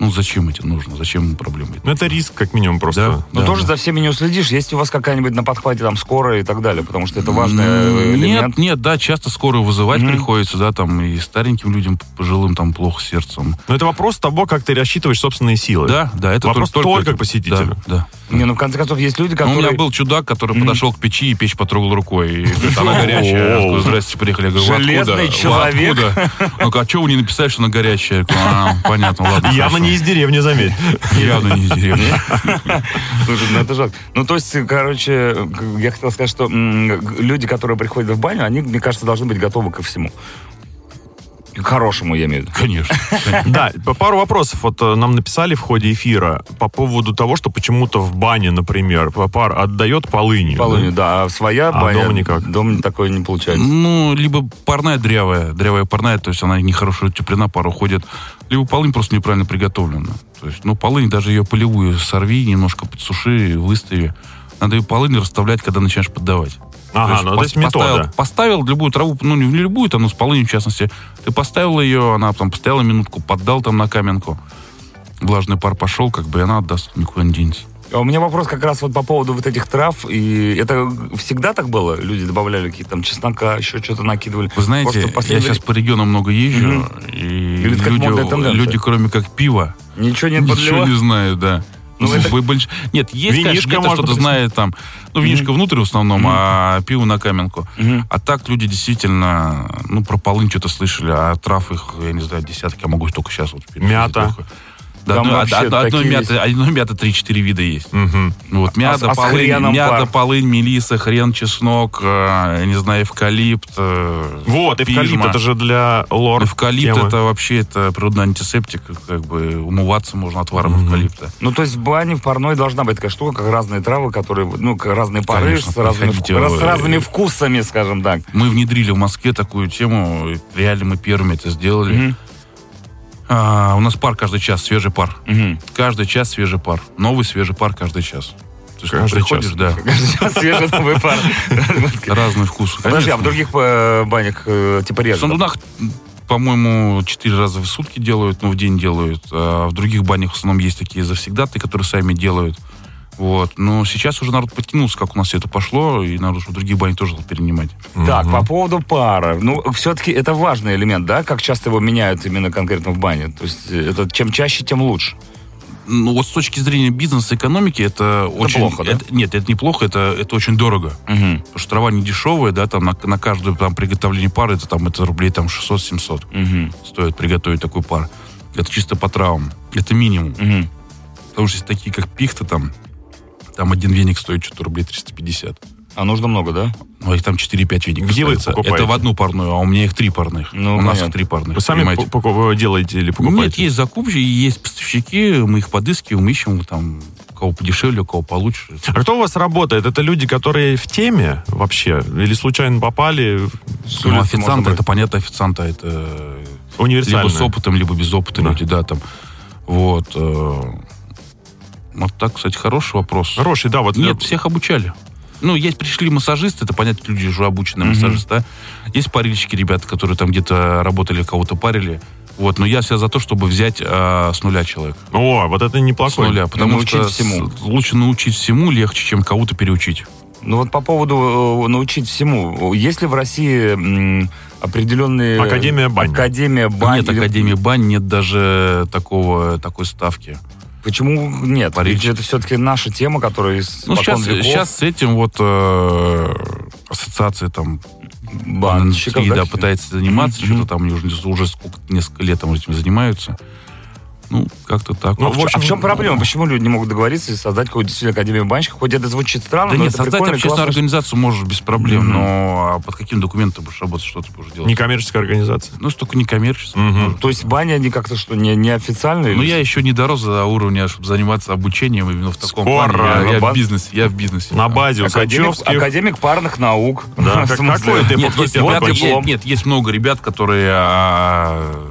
[SPEAKER 4] Ну, зачем это нужно? Зачем им проблемы?
[SPEAKER 3] Ну, это риск, как минимум,
[SPEAKER 4] Да,
[SPEAKER 3] просто.
[SPEAKER 2] Но
[SPEAKER 4] да,
[SPEAKER 2] Ну, тоже
[SPEAKER 4] да.
[SPEAKER 2] за всеми не уследишь. Есть у вас какая-нибудь на подхвате там скорая и так далее, потому что это важный э,
[SPEAKER 4] М,
[SPEAKER 2] элемент.
[SPEAKER 4] Нет, нет, да, часто скорую вызывать
[SPEAKER 2] Мгм.
[SPEAKER 4] приходится, да, там и стареньким людям, пожилым, там плохо сердцем.
[SPEAKER 3] Но Ну, это вопрос того, как ты рассчитываешь собственные силы.
[SPEAKER 4] Да, да, это
[SPEAKER 3] Вопрос только к
[SPEAKER 4] это-
[SPEAKER 3] посетителю.
[SPEAKER 4] Да, да.
[SPEAKER 2] Не, ну в конце концов есть люди,
[SPEAKER 4] Ну,
[SPEAKER 2] которые...
[SPEAKER 4] у меня был чудак, который подошел к печи и печь потрогал рукой. И говорит, она горячая. Я говорю, Здрасте, приехали. Я говорю, «Вы
[SPEAKER 2] Железный
[SPEAKER 4] откуда? Вы
[SPEAKER 2] человек».
[SPEAKER 4] откуда? Ну, а что вы не написали, что она горячая? Я говорю, «А, понятно, ладно.
[SPEAKER 3] Явно
[SPEAKER 4] хорошо».
[SPEAKER 3] не из деревни, заметь.
[SPEAKER 4] Явно не из деревни.
[SPEAKER 2] Слушай, ну это жалко. Ну то есть, короче, к- я хотел сказать, что м, г- люди, которые приходят в баню, они, мне кажется, должны быть готовы ко всему. К хорошему, я имею в виду.
[SPEAKER 4] Конечно.
[SPEAKER 3] Да, п- пару вопросов вот э, нам написали в ходе эфира по поводу того, что почему-то в бане, например, п- пар отдает полынью.
[SPEAKER 2] Полынью, да, а своя
[SPEAKER 3] А
[SPEAKER 2] баня...
[SPEAKER 3] дома никак.
[SPEAKER 2] Дома такое не получается.
[SPEAKER 4] Ну, либо парная дрявая, дрявая парная, то есть она нехорошо утеплена, пара уходит. Либо полынь просто неправильно приготовлена. То есть, ну, полынь, даже ее полевую сорви, немножко подсуши, выстави. Надо ее полынь расставлять, когда начинаешь поддавать.
[SPEAKER 3] Ага, ну, то есть
[SPEAKER 4] пос- поставил-
[SPEAKER 3] метода.
[SPEAKER 4] Поставил любую траву, ну, не, не любую, там, ну, с полынью, в частности. Ты поставил ее, она там постояла минутку, поддал там на каменку. Влажный пар пошел, как бы, и она отдаст, никуда не денется.
[SPEAKER 2] А У меня вопрос как раз вот по поводу вот этих трав. И это всегда так было? Люди добавляли какие-то там чеснока, еще что-то накидывали?
[SPEAKER 4] Вы знаете,
[SPEAKER 2] Может, в
[SPEAKER 4] я
[SPEAKER 2] последнее
[SPEAKER 4] сейчас по регионам много езжу, и
[SPEAKER 2] Или это как модная
[SPEAKER 4] люди,
[SPEAKER 2] тенденция?
[SPEAKER 4] люди, кроме как пива,
[SPEAKER 2] время Ничего не
[SPEAKER 4] Ничего
[SPEAKER 2] подливали?
[SPEAKER 4] не знаю, да.
[SPEAKER 2] Ну,
[SPEAKER 4] Ну,
[SPEAKER 2] это-
[SPEAKER 4] вы больше- Нет, есть,
[SPEAKER 3] Винишко
[SPEAKER 4] конечно, где-то
[SPEAKER 3] можно
[SPEAKER 4] что-то
[SPEAKER 3] присмотреть.
[SPEAKER 4] знает там. Ну, винишко внутрь в основном, а пиво на каменку.
[SPEAKER 2] Мгм.
[SPEAKER 4] А так люди действительно, ну, про полынь что-то слышали, а трав их, я не знаю, десятки, я могу только сейчас вот перечислить.
[SPEAKER 3] Мята.
[SPEAKER 4] Только. Да,
[SPEAKER 2] Там
[SPEAKER 4] ну,
[SPEAKER 2] вообще
[SPEAKER 4] одно, одно
[SPEAKER 2] такие
[SPEAKER 4] мяты, одно мяты 3-4 вида есть.
[SPEAKER 3] Мгм.
[SPEAKER 4] Ну, Вот мята,
[SPEAKER 2] а с
[SPEAKER 4] полынь,
[SPEAKER 2] хреном пар.
[SPEAKER 4] мята, полынь, мелиса, хрен, чеснок, э, я не знаю, эвкалипт. э,
[SPEAKER 3] Вот, эвкалипт,
[SPEAKER 4] пижма.
[SPEAKER 3] это же для лор
[SPEAKER 4] Эвкалипт
[SPEAKER 3] темы.
[SPEAKER 4] это вообще это природный антисептик, как бы умываться можно отваром эвкалипта.
[SPEAKER 2] Ну, то есть в бане, в парной должна быть такая штука, как разные травы, которые, ну, как разные пары
[SPEAKER 4] Конечно,
[SPEAKER 2] с, разными,
[SPEAKER 4] приходите,
[SPEAKER 2] вку- раз- с
[SPEAKER 4] э,
[SPEAKER 2] разными вкусами, скажем так.
[SPEAKER 4] Мы внедрили в Москве такую тему, и реально мы первыми это сделали.
[SPEAKER 2] Мгм.
[SPEAKER 4] А, у нас пар каждый час, свежий пар.
[SPEAKER 2] Мгм.
[SPEAKER 4] Каждый час свежий пар. Новый свежий пар каждый час. То есть
[SPEAKER 3] Каждый
[SPEAKER 4] ты приходишь,
[SPEAKER 3] час.
[SPEAKER 4] да.
[SPEAKER 2] Сейчас свежий новый пар.
[SPEAKER 4] Разный вкус.
[SPEAKER 2] Подожди, а в
[SPEAKER 4] конечно.
[SPEAKER 2] других э, банях э, типа
[SPEAKER 4] В
[SPEAKER 2] реже?
[SPEAKER 4] Сандунах, по-моему, четыре раза в сутки делают, ну, в день делают. А в других банях в основном есть такие завсегдаты, которые сами делают. Вот. Но сейчас уже народ подтянулся, как у нас все это пошло, и народ уже другие бани тоже стал перенимать.
[SPEAKER 2] Так, по поводу пара. Ну, все-таки это важный элемент, да? Как часто его меняют именно конкретно в бане? То есть э, это чем чаще, тем лучше.
[SPEAKER 4] Ну, вот с точки зрения бизнеса и экономики, это, очень...
[SPEAKER 2] плохо, да?
[SPEAKER 4] это- нет, это неплохо, это, это очень дорого.
[SPEAKER 2] Мгм.
[SPEAKER 4] Потому что трава не дешевая, да, там на, на каждое там, приготовление пары, это там это рублей там 600-700
[SPEAKER 2] Мгм.
[SPEAKER 4] стоит приготовить такой пар. Это чисто по травам. Это минимум.
[SPEAKER 2] Мгм.
[SPEAKER 4] Потому что есть такие, как пихта там, там один веник стоит что-то рублей 350.
[SPEAKER 2] А нужно много, да?
[SPEAKER 4] Ну, а их там 4-5 веников.
[SPEAKER 3] Где вы их
[SPEAKER 4] ставится.
[SPEAKER 3] покупаете?
[SPEAKER 4] Это в одну парную, а у меня их три парных.
[SPEAKER 2] Ну,
[SPEAKER 4] у нас
[SPEAKER 2] понятно.
[SPEAKER 4] их три парных.
[SPEAKER 3] Вы сами
[SPEAKER 4] понимаете?
[SPEAKER 3] по- поку- делаете или
[SPEAKER 4] Нет,
[SPEAKER 3] покупаете?
[SPEAKER 4] есть закупщики, есть поставщики, мы их подыскиваем, ищем там у кого подешевле, у кого получше.
[SPEAKER 3] А кто у вас работает? Это люди, которые в теме вообще? Или случайно попали?
[SPEAKER 4] Ну,
[SPEAKER 2] улицы, может
[SPEAKER 4] официанты,
[SPEAKER 2] быть.
[SPEAKER 4] это понятно, официанты а это э,
[SPEAKER 3] Универсально.
[SPEAKER 4] либо с опытом, либо без опыта
[SPEAKER 3] Да.
[SPEAKER 4] люди, да, там. Вот. э, Вот так, кстати, хороший вопрос.
[SPEAKER 3] Хороший, да, вот. э,
[SPEAKER 4] Нет, всех обучали. Ну, есть пришли массажисты, это понятно, люди уже обученные массажисты, да? Есть парильщики, ребята, которые там где-то работали, кого-то парили. Вот, но я себя за то, чтобы взять а, с нуля человека.
[SPEAKER 3] О, вот это
[SPEAKER 4] с
[SPEAKER 3] неплохой.
[SPEAKER 4] нуля, потому
[SPEAKER 2] научить
[SPEAKER 4] что
[SPEAKER 2] всему.
[SPEAKER 4] с- лучше научить всему легче, чем кого-то переучить.
[SPEAKER 2] Ну вот по поводу э, научить всему. Есть ли в России м, определенные...
[SPEAKER 3] Академия бань.
[SPEAKER 2] Академия бань.
[SPEAKER 4] нет
[SPEAKER 2] или-
[SPEAKER 4] академии бань, нет даже такого такой ставки.
[SPEAKER 2] Почему нет?
[SPEAKER 4] Париж.
[SPEAKER 2] Ведь это все-таки наша тема, которая из
[SPEAKER 4] Ну
[SPEAKER 2] покон
[SPEAKER 4] сейчас,
[SPEAKER 2] веков.
[SPEAKER 4] сейчас с этим вот э, ассоциация там
[SPEAKER 2] банщиков,
[SPEAKER 4] индустрии, да,
[SPEAKER 2] всё.
[SPEAKER 4] пытается заниматься,
[SPEAKER 2] Мгм.
[SPEAKER 4] что-то там уже, уже сколько несколько лет там этим занимаются. Ну как-то так.
[SPEAKER 3] Ну,
[SPEAKER 4] Вот.
[SPEAKER 3] в
[SPEAKER 2] А
[SPEAKER 3] общем,
[SPEAKER 2] в чем проблема? Почему люди не могут договориться и создать какую-то действительно академию банщиков? Хоть это звучит странно,
[SPEAKER 4] Да
[SPEAKER 2] но
[SPEAKER 4] нет,
[SPEAKER 2] ну, это
[SPEAKER 4] создать
[SPEAKER 2] прикольно,
[SPEAKER 4] общественную
[SPEAKER 2] классно.
[SPEAKER 4] организацию можешь без проблем,
[SPEAKER 2] Мгм.
[SPEAKER 4] но а под каким документом ты будешь работать, что ты будешь делать?
[SPEAKER 3] Некоммерческая организация.
[SPEAKER 4] Ну, столько некоммерческое.
[SPEAKER 3] Мгм.
[SPEAKER 2] То есть бани, они как-то что, не, неофициальные?
[SPEAKER 4] Ну, я еще не дорос до уровня, чтобы заниматься обучением именно в таком
[SPEAKER 3] Скоро,
[SPEAKER 4] плане. Я- Я,
[SPEAKER 2] на ну, ба-
[SPEAKER 4] в бизнесе, я в бизнесе.
[SPEAKER 3] На
[SPEAKER 4] Да.
[SPEAKER 3] базе у
[SPEAKER 2] академик,
[SPEAKER 3] Качевских.
[SPEAKER 2] академик парных наук.
[SPEAKER 3] Да,
[SPEAKER 2] В
[SPEAKER 3] как-
[SPEAKER 2] смысле?
[SPEAKER 3] какой ты
[SPEAKER 4] Нет,
[SPEAKER 3] факультет
[SPEAKER 4] есть ребята-
[SPEAKER 3] окончил?
[SPEAKER 2] диплом.
[SPEAKER 4] е- нет, есть много ребят, которые... а,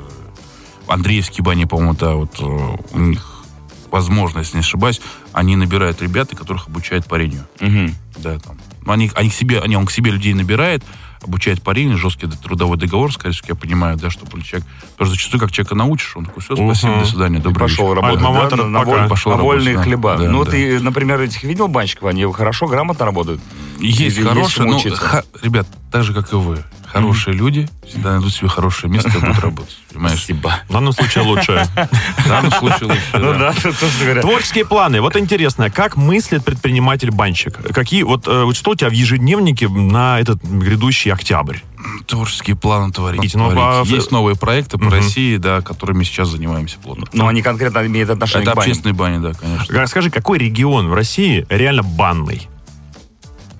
[SPEAKER 4] Андреевские бани, по-моему, да, вот э, у них возможность, не ошибаюсь, они набирают ребят, и которых обучают парению.
[SPEAKER 2] Мгм.
[SPEAKER 4] Да, там. Ну, Они, они к себе, они, он к себе людей набирает, обучает парению, жесткий д- трудовой договор, скорее всего, я понимаю, да, чтобы человек... Потому что зачастую, как человека научишь, он такой, все, спасибо,
[SPEAKER 3] Мгм.
[SPEAKER 4] до свидания, добрый вечер».
[SPEAKER 2] Пошел работать,
[SPEAKER 3] Альма-матер
[SPEAKER 2] да, на,
[SPEAKER 3] пока.
[SPEAKER 2] воль-
[SPEAKER 4] Пошел
[SPEAKER 2] на вольные
[SPEAKER 4] работать, да.
[SPEAKER 2] хлеба.
[SPEAKER 4] Да,
[SPEAKER 2] ну,
[SPEAKER 4] да.
[SPEAKER 2] ты, например, этих видел банщиков? Они хорошо, грамотно работают?
[SPEAKER 4] Есть
[SPEAKER 2] Или есть
[SPEAKER 4] хорошие,
[SPEAKER 2] чему
[SPEAKER 4] но,
[SPEAKER 2] учиться?
[SPEAKER 4] ха- ребят, так же, как и вы, хорошие люди всегда найдут себе хорошее место и будут работать. Понимаешь?
[SPEAKER 2] Спасибо.
[SPEAKER 3] В данном случае лучше.
[SPEAKER 4] В данном случае лучше,
[SPEAKER 2] Ну
[SPEAKER 4] да.
[SPEAKER 2] да, собственно говоря.
[SPEAKER 3] Творческие планы. Вот интересно, как мыслит предприниматель-банщик? Какие, вот, э, вот что у тебя в ежедневнике на этот грядущий октябрь?
[SPEAKER 4] Творческие планы творить.
[SPEAKER 3] Творите, ну,
[SPEAKER 4] творить.
[SPEAKER 3] а-
[SPEAKER 4] Есть новые проекты по
[SPEAKER 3] Мгм.
[SPEAKER 4] России, да, которыми сейчас занимаемся плотно.
[SPEAKER 2] Но они конкретно имеют отношение
[SPEAKER 4] Это
[SPEAKER 2] к бане.
[SPEAKER 4] общественные бани, да, конечно.
[SPEAKER 3] Га- Скажи, какой регион в России реально банный?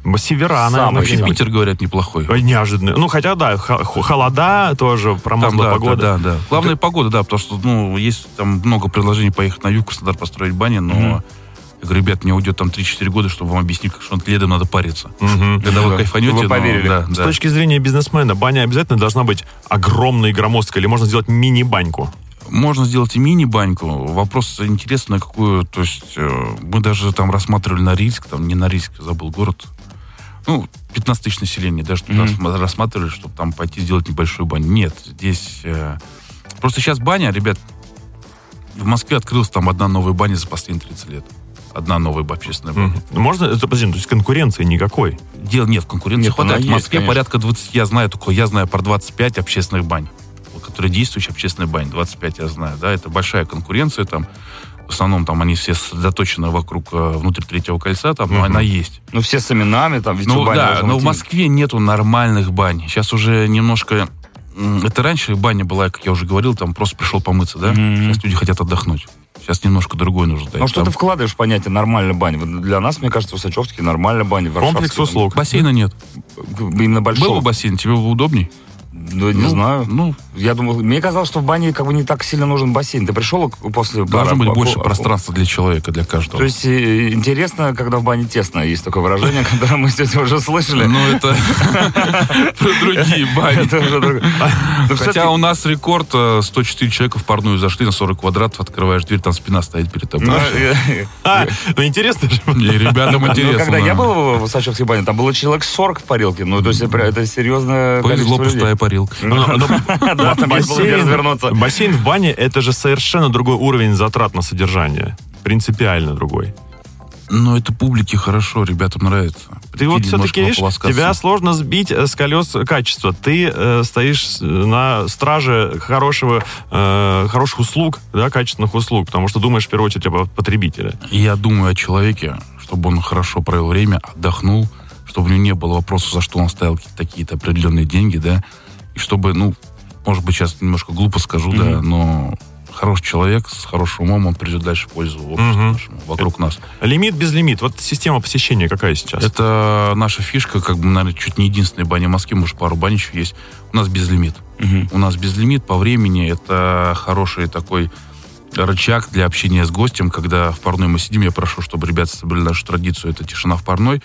[SPEAKER 3] Б- Севера,
[SPEAKER 2] Самый
[SPEAKER 3] наверное,
[SPEAKER 4] Вообще
[SPEAKER 2] да.
[SPEAKER 3] какие-нибудь.
[SPEAKER 4] Питер, говорят, неплохой.
[SPEAKER 3] Ой, Неожиданно. Ну, хотя, да, х- х- холода тоже,
[SPEAKER 4] Там,
[SPEAKER 3] промозглая
[SPEAKER 4] да,
[SPEAKER 3] погода.
[SPEAKER 4] да, да, да. Главное, погода, да, потому что, ну, есть там много предложений поехать на юг, Краснодар построить бани, но... Я говорю, ребят, мне уйдет там 3-4 года, чтобы вам объяснить, как что летом надо париться.
[SPEAKER 3] Мгм.
[SPEAKER 4] Когда
[SPEAKER 2] Да.
[SPEAKER 4] вы кайфанете,
[SPEAKER 2] Вы
[SPEAKER 4] ну,
[SPEAKER 2] поверили.
[SPEAKER 4] да,
[SPEAKER 3] С
[SPEAKER 4] да.
[SPEAKER 3] точки зрения бизнесмена, баня обязательно должна быть огромной и громоздкой, или можно сделать мини-баньку?
[SPEAKER 4] Можно сделать и мини-баньку. Вопрос интересный, на какую... То есть э, мы даже там рассматривали Норильск, там не Норильск, забыл город. Ну, 15 тысяч населения. Даже туда
[SPEAKER 2] Мгм.
[SPEAKER 4] см- рассматривали, чтобы там пойти сделать небольшую баню. Нет, здесь... э, Просто сейчас баня, ребят, в Москве открылась там одна новая баня за последние 30 лет. Одна новая общественная баня.
[SPEAKER 3] Мгм. Можно, это, подожди, ну, то есть конкуренции никакой?
[SPEAKER 4] Дел нет, конкуренции
[SPEAKER 2] Нет,
[SPEAKER 4] хватает.
[SPEAKER 2] она
[SPEAKER 4] В Москве
[SPEAKER 2] ну, есть, конечно.
[SPEAKER 4] порядка 20, я знаю только, я знаю про 25 общественных бань, вот, которые действующие общественные бани, 25 я знаю, да, это большая конкуренция там, в основном там они все сосредоточены вокруг, э, внутрь третьего кольца, там, но
[SPEAKER 3] Мгм.
[SPEAKER 4] она есть.
[SPEAKER 2] Ну, все с именами, там, ведь у
[SPEAKER 4] Ну
[SPEAKER 2] бани
[SPEAKER 4] да,
[SPEAKER 2] должно
[SPEAKER 4] но в
[SPEAKER 2] быть
[SPEAKER 4] Москве нету нормальных бань, сейчас уже немножко, м, это раньше баня была, как я уже говорил, там просто пришел помыться, да,
[SPEAKER 2] Мгм.
[SPEAKER 4] сейчас люди хотят отдохнуть. Сейчас немножко другой нужно. дать.
[SPEAKER 2] Ну что
[SPEAKER 4] Там
[SPEAKER 2] ты вкладываешь в понятие нормальная баня? Вот Для нас, мне кажется, Усачевский нормальная баня.
[SPEAKER 3] Комплекс
[SPEAKER 2] Варшавский,
[SPEAKER 3] услуг.
[SPEAKER 4] Бассейна нет.
[SPEAKER 2] там, г- Именно
[SPEAKER 4] Был бы
[SPEAKER 2] большого.
[SPEAKER 4] бассейн, тебе было удобней?
[SPEAKER 2] Ну, не
[SPEAKER 4] Ну,
[SPEAKER 2] знаю.
[SPEAKER 4] Ну,
[SPEAKER 2] Я думал, мне казалось, что в бане как бы не так сильно нужен бассейн. Ты пришел к- после
[SPEAKER 4] должно
[SPEAKER 2] пара-
[SPEAKER 4] быть
[SPEAKER 2] ко-
[SPEAKER 4] больше
[SPEAKER 2] ко-
[SPEAKER 4] пространства для человека, для каждого.
[SPEAKER 2] То есть э, интересно, когда в бане тесно. Есть такое выражение, которое мы сегодня уже слышали.
[SPEAKER 4] Ну, это про другие бани.
[SPEAKER 2] Это уже другое. Но
[SPEAKER 4] Хотя
[SPEAKER 2] всё-таки-
[SPEAKER 4] у нас рекорд э, 104 человека в парную зашли на 40 квадратов, открываешь дверь, там спина стоит перед тобой.
[SPEAKER 2] э,
[SPEAKER 3] А, ну интересно же.
[SPEAKER 4] И ребятам
[SPEAKER 2] Ну,
[SPEAKER 4] интересно.
[SPEAKER 2] когда я
[SPEAKER 4] да.
[SPEAKER 2] был в Усачевской бане, там было человек 40 в парилке. Ну, то есть это, это серьезное
[SPEAKER 4] Повезло,
[SPEAKER 2] количество людей.
[SPEAKER 4] пустая парилка.
[SPEAKER 3] Ну, ну,
[SPEAKER 2] Да, там есть было где развернуться.
[SPEAKER 3] бассейн в бане это же совершенно другой уровень затрат на содержание. Принципиально другой.
[SPEAKER 4] Но Ну, это публике хорошо, ребятам нравится.
[SPEAKER 3] Ты вот
[SPEAKER 4] Или
[SPEAKER 3] все-таки,
[SPEAKER 4] немножко
[SPEAKER 3] видишь,
[SPEAKER 4] пополоскаться.
[SPEAKER 3] тебя сложно сбить э, с колес качества. Ты э, стоишь с- на страже хорошего, э, хороших услуг, да, качественных услуг, потому что думаешь, в первую очередь, об потребителе.
[SPEAKER 4] И Я думаю о человеке, чтобы он хорошо провел время, отдохнул, чтобы у него не было вопросов, за что он ставил какие-то такие-то определенные деньги, да, и чтобы, ну, может быть, сейчас немножко глупо скажу, да, но хороший человек с хорошим умом, он придет дальше в пользу обществу
[SPEAKER 3] Мгм.
[SPEAKER 4] нашему, вокруг нас.
[SPEAKER 3] Лимит без лимит. Вот система посещения какая сейчас?
[SPEAKER 4] Это наша фишка, как бы, наверное, чуть не единственная баня в Москве, может, пару бань еще есть. У нас безлимит.
[SPEAKER 2] Мгм.
[SPEAKER 4] У нас безлимит по времени. Это хороший такой рычаг для общения с гостем, когда в парной мы сидим. Я прошу, чтобы ребята соблюли нашу традицию. Это тишина в парной.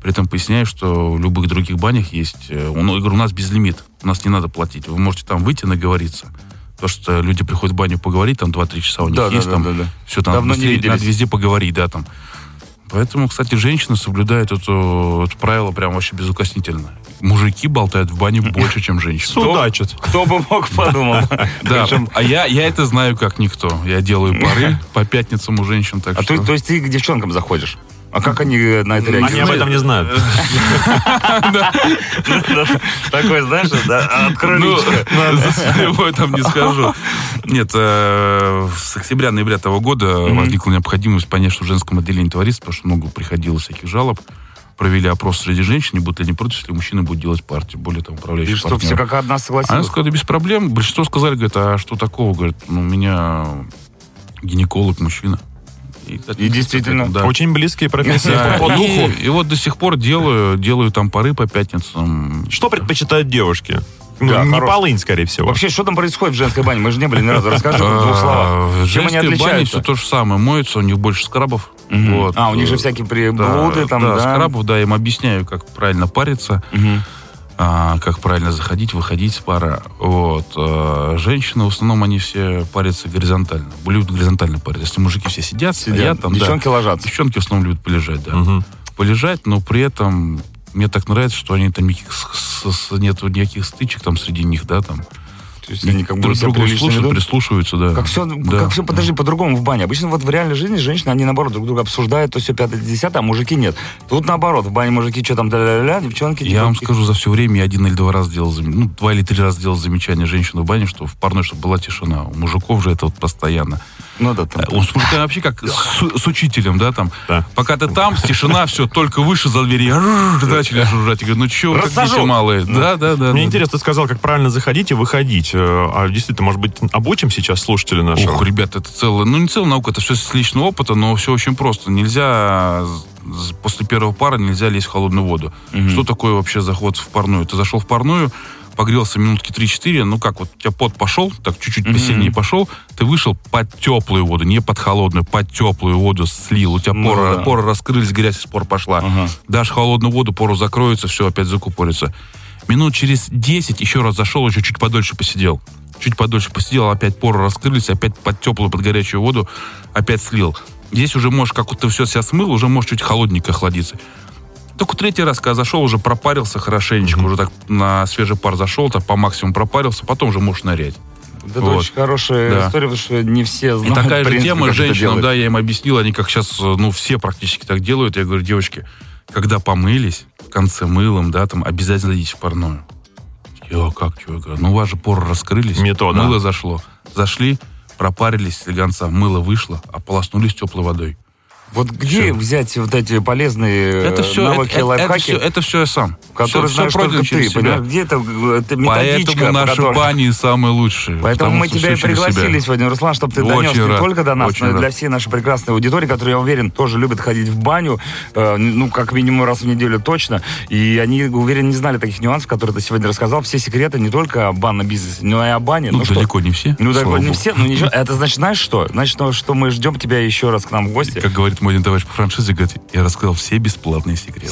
[SPEAKER 4] При этом поясняю, что в любых других банях есть... э, у- ну, я говорю, у нас безлимит. У нас не надо платить. Вы можете там выйти наговориться. Потому что люди приходят в баню поговорить, там 2-3 часа у них
[SPEAKER 2] Да, да,
[SPEAKER 4] есть,
[SPEAKER 2] да,
[SPEAKER 4] там
[SPEAKER 2] да, да.
[SPEAKER 4] все там
[SPEAKER 2] Давно не
[SPEAKER 4] быстрее,
[SPEAKER 2] виделись.
[SPEAKER 4] надо везде поговорить, да, там. Поэтому, кстати, женщины соблюдают это, это правило прям вообще безукоснительно. Мужики болтают в бане больше, чем женщины.
[SPEAKER 3] Судачат.
[SPEAKER 2] Кто бы мог подумал.
[SPEAKER 4] Да,
[SPEAKER 2] Причем-
[SPEAKER 4] а я, я это знаю как никто. Я делаю пары по пятницам у женщин, так
[SPEAKER 2] А
[SPEAKER 4] что...
[SPEAKER 2] ты- то есть ты к девчонкам заходишь? А как они на это
[SPEAKER 3] Они об
[SPEAKER 2] реагируют?
[SPEAKER 3] этом не знают.
[SPEAKER 2] Такой, знаешь, да,
[SPEAKER 4] Ну,
[SPEAKER 2] открыли.
[SPEAKER 4] за своего я там не скажу. Нет, э, с октября-ноября того года возникла необходимость понять, что в женском отделении творится, потому что много приходило всяких жалоб. Провели опрос среди женщин, не будут ли они против, если мужчина будет делать партию, более там
[SPEAKER 2] И
[SPEAKER 4] управляющий
[SPEAKER 2] что, все как одна
[SPEAKER 4] Она
[SPEAKER 2] согласилась?
[SPEAKER 4] сказала, «Да без проблем. Большинство сказали, говорит, а что такого? Говорит, ну, у меня гинеколог, мужчина. И,
[SPEAKER 2] И действительно.
[SPEAKER 4] да.
[SPEAKER 3] Очень близкие профессии
[SPEAKER 4] Да,
[SPEAKER 3] по
[SPEAKER 4] и-
[SPEAKER 3] духу.
[SPEAKER 4] И вот до сих пор делаю, делаю там пары по пятницам.
[SPEAKER 3] Что предпочитают девушки? Ну,
[SPEAKER 2] Да,
[SPEAKER 3] не
[SPEAKER 2] хорош.
[SPEAKER 3] полынь, скорее всего.
[SPEAKER 2] Вообще, что там происходит в женской бане? Мы же не были ни разу. Расскажи в двух словах.
[SPEAKER 4] А, В
[SPEAKER 2] Чем они
[SPEAKER 4] женской бане все
[SPEAKER 2] отличаются?
[SPEAKER 4] то же самое. Моются, у них больше скрабов.
[SPEAKER 2] Мгм.
[SPEAKER 4] Вот.
[SPEAKER 2] А, у них же всякие приблуды
[SPEAKER 4] Да,
[SPEAKER 2] там,
[SPEAKER 4] да,
[SPEAKER 2] да?
[SPEAKER 4] скрабов, да, я им объясняю, как правильно париться,
[SPEAKER 2] Мгм.
[SPEAKER 4] а, как правильно заходить, выходить с пара. Вот. а, Женщины, в основном, они все парятся горизонтально. Любят горизонтально париться. Если мужики все сидят,
[SPEAKER 2] Сидят.
[SPEAKER 4] стоят там, да.
[SPEAKER 2] Девчонки ложатся.
[SPEAKER 4] Девчонки в основном любят полежать, да.
[SPEAKER 3] Мгм.
[SPEAKER 4] Полежать, но при этом мне так нравится, что они там никаких, с- с- нету никаких стычек там среди них, да, там.
[SPEAKER 2] То есть они как бы
[SPEAKER 4] друг
[SPEAKER 2] себя
[SPEAKER 4] другу
[SPEAKER 2] прилично
[SPEAKER 4] слушают,
[SPEAKER 2] ведут?
[SPEAKER 4] прислушиваются, да.
[SPEAKER 2] Как все,
[SPEAKER 4] Да.
[SPEAKER 2] как все, подожди, по-другому в бане. Обычно вот в реальной жизни женщины, они наоборот друг друга обсуждают, то все пятое, десятое, а мужики нет. Тут наоборот, в бане мужики что там, ля-ля-ля, девчонки.
[SPEAKER 4] Я
[SPEAKER 2] типа,
[SPEAKER 4] вам
[SPEAKER 2] тихо.
[SPEAKER 4] скажу, за все время я один или два раза делал, зам- ну, два или три раза делал замечание женщину в бане, что в парной, чтобы была тишина. У мужиков же это вот постоянно.
[SPEAKER 2] Ну да, там.
[SPEAKER 4] Э, Он с мужиками вообще как с, с учителем, да, там.
[SPEAKER 3] Да.
[SPEAKER 4] Пока ты там, тишина, все, только выше за дверь. и «Рррр», Начали жужжать. Я говорю, ну че, как
[SPEAKER 2] Рассажу.
[SPEAKER 4] дети малые.
[SPEAKER 2] Ну.
[SPEAKER 4] Да, да, да.
[SPEAKER 3] Мне
[SPEAKER 4] да.
[SPEAKER 3] интересно, ты сказал, как правильно заходить и выходить. Э, А действительно, может быть, обучим сейчас слушателей наших?
[SPEAKER 4] Ох, ребят, это целая, ну не целая наука, это все с личного опыта, но все очень просто. Нельзя з- после первого пара нельзя лезть в холодную воду. Что такое вообще заход в парную? Ты зашел в парную, погрелся минутки 3-4, ну как, вот у тебя пот пошел, так чуть-чуть посильнее пошел, ты вышел под теплую воду, не под холодную, под теплую воду слил, у тебя
[SPEAKER 2] Ну
[SPEAKER 4] поры,
[SPEAKER 2] да.
[SPEAKER 4] поры раскрылись, грязь из пор пошла. Дашь холодную воду, пору закроется, все, опять закупорится. Минут через 10 еще раз зашел, еще чуть подольше посидел. Чуть подольше посидел, опять поры раскрылись, опять под теплую, под горячую воду, опять слил. Здесь уже можешь, как вот ты все себя смыл, уже можешь чуть холодненько охладиться. Только третий раз, когда зашел, уже пропарился хорошенечко, уже так на свежий пар зашел, так по максимуму пропарился, потом уже можешь нырять.
[SPEAKER 2] Это
[SPEAKER 4] Вот.
[SPEAKER 2] очень хорошая
[SPEAKER 4] Да.
[SPEAKER 2] история, потому что не все
[SPEAKER 4] И
[SPEAKER 2] знают.
[SPEAKER 4] такая
[SPEAKER 2] в
[SPEAKER 4] же
[SPEAKER 2] принципе, как
[SPEAKER 4] тема
[SPEAKER 2] это
[SPEAKER 4] женщинам,
[SPEAKER 2] делать.
[SPEAKER 4] да, я им объяснил, они как сейчас, ну, все практически так делают. Я говорю, девочки, когда помылись, в конце мылом, да, там, обязательно идите в парную. Я как, чего? Я говорю, ну, у вас же поры раскрылись.
[SPEAKER 3] Метода.
[SPEAKER 4] Мыло зашло. Зашли, пропарились слегонца, мыло вышло, ополоснулись теплой водой.
[SPEAKER 2] Вот где
[SPEAKER 4] Всё.
[SPEAKER 2] взять вот эти полезные
[SPEAKER 4] Это
[SPEAKER 2] э,
[SPEAKER 4] все,
[SPEAKER 2] навыки,
[SPEAKER 4] это,
[SPEAKER 2] лайфхаки,
[SPEAKER 4] все, это все я сам.
[SPEAKER 2] которые
[SPEAKER 4] Всё- всё
[SPEAKER 2] знаешь только
[SPEAKER 4] пройдено через
[SPEAKER 2] ты,
[SPEAKER 4] себя.
[SPEAKER 2] понимаешь? Где это, э, это методичка,
[SPEAKER 4] Поэтому
[SPEAKER 2] по
[SPEAKER 4] наши
[SPEAKER 2] которой-
[SPEAKER 4] бани самые лучшие.
[SPEAKER 2] Поэтому
[SPEAKER 4] потому
[SPEAKER 2] мы
[SPEAKER 4] что
[SPEAKER 2] тебя и
[SPEAKER 4] всё через себя. Ну,
[SPEAKER 2] пригласили сегодня, Руслан, чтобы ты донес
[SPEAKER 4] Очень
[SPEAKER 2] не
[SPEAKER 4] рад,
[SPEAKER 2] только до нас,
[SPEAKER 4] очень
[SPEAKER 2] но и
[SPEAKER 4] рад.
[SPEAKER 2] для всей нашей прекрасной аудитории, которая, я уверен, тоже любит ходить в баню, э, ну, как минимум раз в неделю точно. И они, уверен, не знали таких нюансов, которые ты сегодня рассказал. Все секреты не только о банном бизнесе, но и о бане.
[SPEAKER 4] Ну,
[SPEAKER 2] что,
[SPEAKER 4] далеко не все.
[SPEAKER 2] Ну, далеко
[SPEAKER 4] слава
[SPEAKER 2] не
[SPEAKER 4] богу.
[SPEAKER 2] все, ну ничего. Это значит, знаешь что? Значит, ну, что мы ждем тебя еще раз к нам в гости.
[SPEAKER 4] Как говорит мой один товарищ по франшизе, говорит, я рассказал все бесплатные секреты.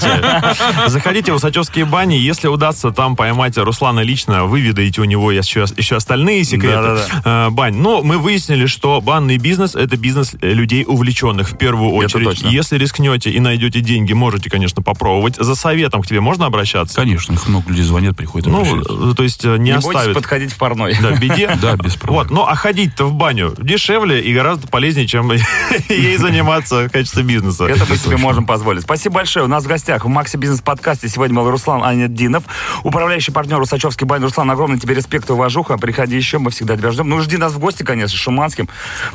[SPEAKER 3] Заходите. Заходите в Усачевские бани. Если удастся там поймать Руслана лично, выведаете у него еще, еще остальные секреты э, бань. Но мы выяснили, что банный бизнес – это бизнес э, людей увлеченных в первую очередь.
[SPEAKER 2] точно.
[SPEAKER 3] Если рискнете и найдете деньги, можете, конечно, попробовать. За советом к тебе можно обращаться?
[SPEAKER 4] Конечно, их много людей звонят, приходят. обращаются.
[SPEAKER 3] Ну, э, то есть э, не,
[SPEAKER 2] Не бойтесь
[SPEAKER 3] оставит.
[SPEAKER 2] подходить в парной.
[SPEAKER 3] Да, в беде.
[SPEAKER 4] Да, без проблем.
[SPEAKER 3] Вот, ну а ходить-то в баню дешевле и гораздо полезнее, чем ей заниматься в качестве бизнеса.
[SPEAKER 2] Это мы себе можем позволить. Спасибо большое. У нас в гостях в Макси Бизнес подкасте сегодня был Руслан Анятдинов, управляющий партнер Усачевский бань. Руслан, огромный тебе респект и уважуха. Приходи еще, мы всегда тебя ждем. Ну, жди нас в гости, конечно, с Шуманским.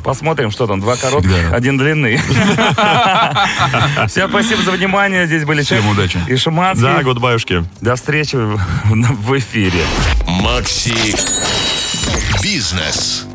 [SPEAKER 2] Посмотрим, что там. Два коротких,
[SPEAKER 4] Всегда.
[SPEAKER 2] один длинный. Всем спасибо за внимание. Здесь были
[SPEAKER 4] Всем
[SPEAKER 2] Чех
[SPEAKER 4] удачи.
[SPEAKER 2] И
[SPEAKER 3] Да,
[SPEAKER 2] Шуманский.
[SPEAKER 3] гудбаюшки.
[SPEAKER 2] До встречи в в эфире.
[SPEAKER 1] Макси Бизнес.